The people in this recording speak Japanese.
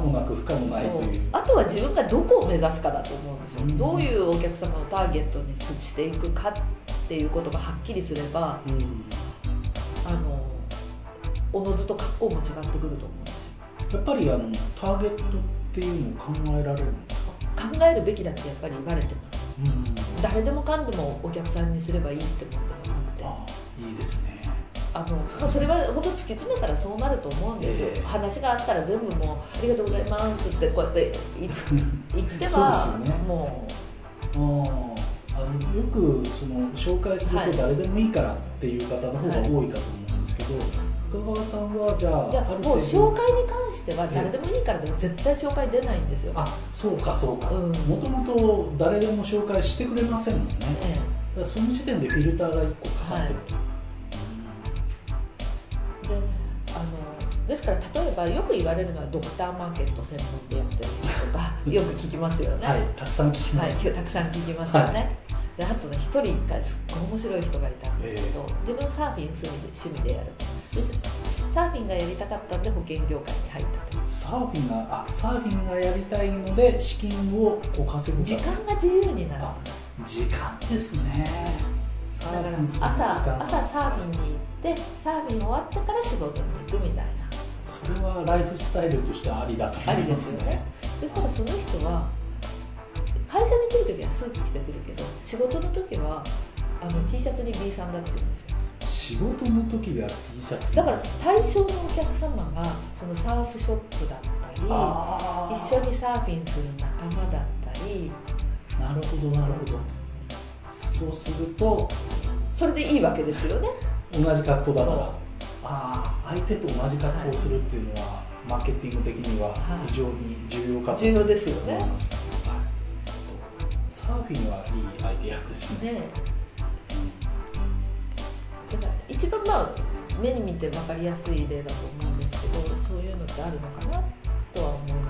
もなく不可もないというあとは自分がどこを目指すかだと思うんですよ、うんどういうお客様をターゲットにしていくかっていうことがはっきりすればうんあのおのずと格好も違ってくると思うんですやよっぱりあのターゲットっていうのを考えられるんですか、考えるべきだってやっぱり言われてますうん、誰でもかんでもお客さんにすればいいってもんではなくてあいいですねあのもうそれはほんと突き詰めたらそうなると思うんですよ、ええ話があったら全部もう「ありがとうございます」ってこう やってい言ってはそうですよねもあーあのよくその紹介するはいと誰でもいいからっていう方の方が多いかと思うんですけど、深川さんはじゃあういやあるもう程度紹介に関しては誰でもいいからでも絶対紹介出ないんですよ、あそうかそうかうんもともと誰でも紹介してくれませんもんねだかえらその時点でフィルターが1個かかってると、え、であのですから例えばよく言われるのはドクターマーケット専門でやってる人と かよく聞きますよね、はい、たくさん聞きまはい、す、今日たくさん聞きますよね、であとね一人一回すっごい面白い人がいたんですけど、自分サーフィン趣味で趣味でやるでサーフィンがやりたかったんで保険業界に入ったとサーフィンがあサーフィンがやりたいので資金をこう稼ぐ時か間が自由になるあ時間ですねサだーかフらィンする時間朝朝サーフィンに行ってサーフィン終わってから仕事に行くみたいなそれはライフスタイルとしてありだとあ思いりでますすよねね。そしたらその人は会社に来る時はスーツ着てくるけど仕事の時はあの T シャツに B さんだって言うんです仕よ事の時は T シャツだから対象のお客様がそのサーフショップだったありあ一緒にサーフィンする仲間だったりなるほどなるほどそうするとそれでいいわけですよね同じ格好だからそうああ相手と同じ格好をするっていうのは、マーケティング的にははい非常に重要かと重思い要ですよねねます、はいサーフィンはいいアイディアですね、だから一番まあ目に見て分かりやすい例だと思うんですけどそういうのってあるのかなとは思い